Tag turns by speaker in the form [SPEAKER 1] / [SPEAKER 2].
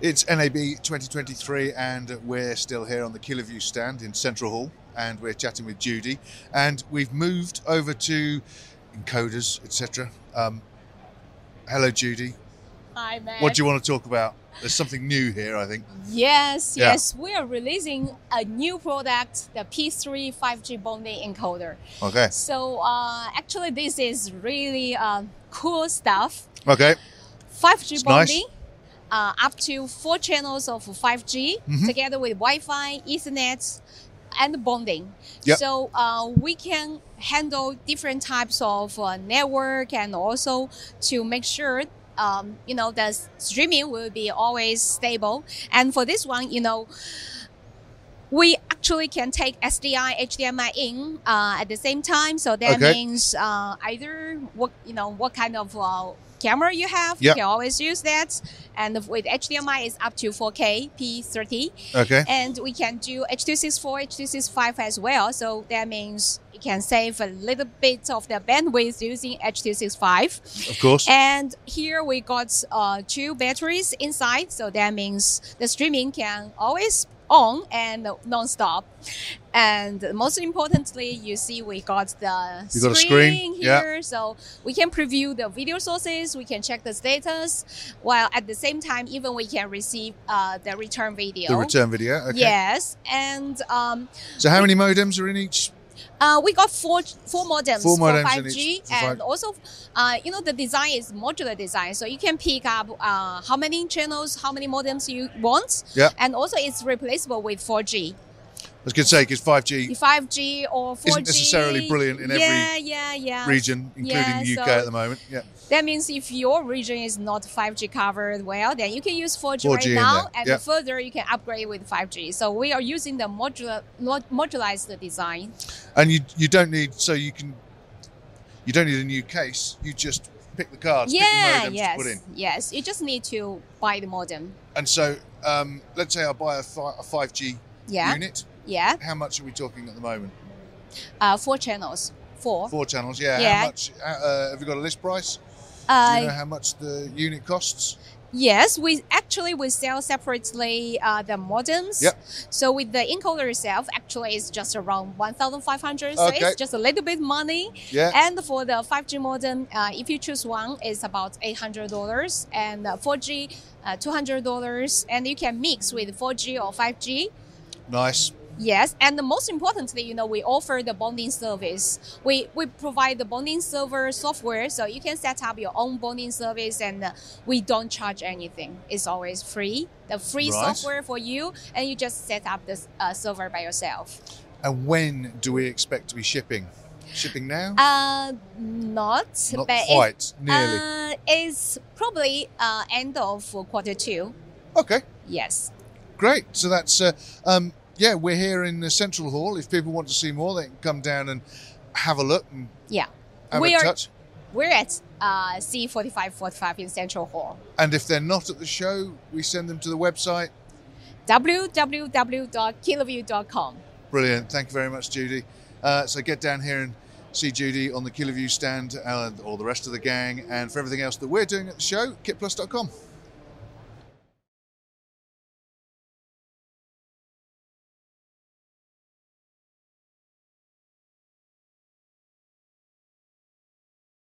[SPEAKER 1] It's NAB 2023, and we're still here on the Killerview stand in Central Hall, and we're chatting with Judy. And we've moved over to encoders, etc. Um, hello, Judy.
[SPEAKER 2] Hi, man.
[SPEAKER 1] What do you want to talk about? There's something new here, I think.
[SPEAKER 2] Yes,
[SPEAKER 1] Yeah.
[SPEAKER 2] yes, we are releasing a new product, the P3 5G bonding encoder.
[SPEAKER 1] Okay.
[SPEAKER 2] So uh, actually, this is really uh, cool stuff.
[SPEAKER 1] Okay. It's
[SPEAKER 2] 5G
[SPEAKER 1] nice.
[SPEAKER 2] bonding, uh, up to four channels of 5G
[SPEAKER 1] Mhm.
[SPEAKER 2] together with Wi-Fi, Ethernet, and bonding.
[SPEAKER 1] Yep.
[SPEAKER 2] So uh, we can handle different types of uh, network and also to make sure. Um, you know the streaming will be always stable, and for this one, you know, we actually can take SDI HDMI in uh, at the same time. So that
[SPEAKER 1] Okay.
[SPEAKER 2] means uh, either what you know what kind of uh, camera you have,
[SPEAKER 1] Yeah.
[SPEAKER 2] you can always use that. And with HDMI, it's up to 4K P30,
[SPEAKER 1] Okay.
[SPEAKER 2] and we can do H.264, H.265 as well. So that means you can save a little bit of the bandwidth using H.265.
[SPEAKER 1] Of course.
[SPEAKER 2] And here we got uh, two batteries inside, so that means the streaming can always on and non-stop. And most importantly, you see we got the
[SPEAKER 1] You
[SPEAKER 2] screen,
[SPEAKER 1] got a screen, yeah.
[SPEAKER 2] here, so we can preview the video sources, we can check the status, while at the same time, even we can receive uh, the return video.
[SPEAKER 1] The return video. Okay.
[SPEAKER 2] Yes, and um,
[SPEAKER 1] So, how many modems are in each?
[SPEAKER 2] uh, we got four four modems,
[SPEAKER 1] Four modems in
[SPEAKER 2] for 5G,
[SPEAKER 1] each- for
[SPEAKER 2] and
[SPEAKER 1] five-
[SPEAKER 2] also, uh, you know, the design is modular design, so you can pick up uh, how many channels, how many modems you want,
[SPEAKER 1] Yeah.
[SPEAKER 2] and also it's replaceable with 4G,
[SPEAKER 1] I was going to say, because 5G
[SPEAKER 2] 5G or 4G.
[SPEAKER 1] isn't necessarily brilliant in every
[SPEAKER 2] yeah, yeah, yeah.
[SPEAKER 1] region, including
[SPEAKER 2] Yeah,
[SPEAKER 1] the UK
[SPEAKER 2] so-
[SPEAKER 1] at the moment. Yeah.
[SPEAKER 2] That means if your region is not 5G covered well, then you can use 4G,
[SPEAKER 1] 4G
[SPEAKER 2] right
[SPEAKER 1] in
[SPEAKER 2] now,
[SPEAKER 1] there,
[SPEAKER 2] and
[SPEAKER 1] yeah.
[SPEAKER 2] further you can upgrade with 5G. So we are using the modular, mod- modularized design.
[SPEAKER 1] And you you don't need so you can you don't need a new case. You just pick the cards,
[SPEAKER 2] yeah,
[SPEAKER 1] pick the modems
[SPEAKER 2] yes,
[SPEAKER 1] to put in.
[SPEAKER 2] yes. You just need to buy the modem.
[SPEAKER 1] And so, um, let's say I buy a five G
[SPEAKER 2] Yeah,
[SPEAKER 1] unit.
[SPEAKER 2] yeah.
[SPEAKER 1] How much are we talking at the moment?
[SPEAKER 2] Uh, four channels. Four.
[SPEAKER 1] Four channels. Yeah.
[SPEAKER 2] Yeah.
[SPEAKER 1] How much? Uh, uh, have you got a list price? Do you know
[SPEAKER 2] Uh,
[SPEAKER 1] how much the unit costs?
[SPEAKER 2] yes, we actually we sell separately uh, the modems.
[SPEAKER 1] Yep.
[SPEAKER 2] So with the encoder itself, actually it's just around one thousand five hundred. So
[SPEAKER 1] Okay.
[SPEAKER 2] it's just a little bit money.
[SPEAKER 1] Yeah.
[SPEAKER 2] And for the five G modem, uh, if you choose one, it's about eight hundred dollars, and four G. Uh, $200 and you can mix with 4G or 5G.
[SPEAKER 1] nice.
[SPEAKER 2] Yes, and the most importantly, you know, we offer the bonding service. We we provide the bonding server software, so you can set up your own bonding service, and uh, we don't charge anything. It's always free, the free
[SPEAKER 1] Right.
[SPEAKER 2] software for you, and you just set up the uh, server by yourself.
[SPEAKER 1] And when do we expect to be shipping? Shipping now?
[SPEAKER 2] Uh, not,
[SPEAKER 1] Not
[SPEAKER 2] but It's,
[SPEAKER 1] quite. Nearly.
[SPEAKER 2] uh, it's probably uh, end of quarter two.
[SPEAKER 1] okay.
[SPEAKER 2] Yes.
[SPEAKER 1] Great. So that's uh, um, yeah. We're here in the Central Hall. If people want to see more, they can come down and have a look and
[SPEAKER 2] Yeah.
[SPEAKER 1] have
[SPEAKER 2] We
[SPEAKER 1] a
[SPEAKER 2] are-
[SPEAKER 1] touch.
[SPEAKER 2] We're at uh, C4545 in Central Hall.
[SPEAKER 1] And if they're not at the show, we send them to the website.
[SPEAKER 2] www.killerview.com.
[SPEAKER 1] Brilliant. Thank you very much, Judy. Uh, so get down here and see Judy uh, on the Killer View stand and all the rest of the gang. And for everything else that we're doing at the show, kitplus.com.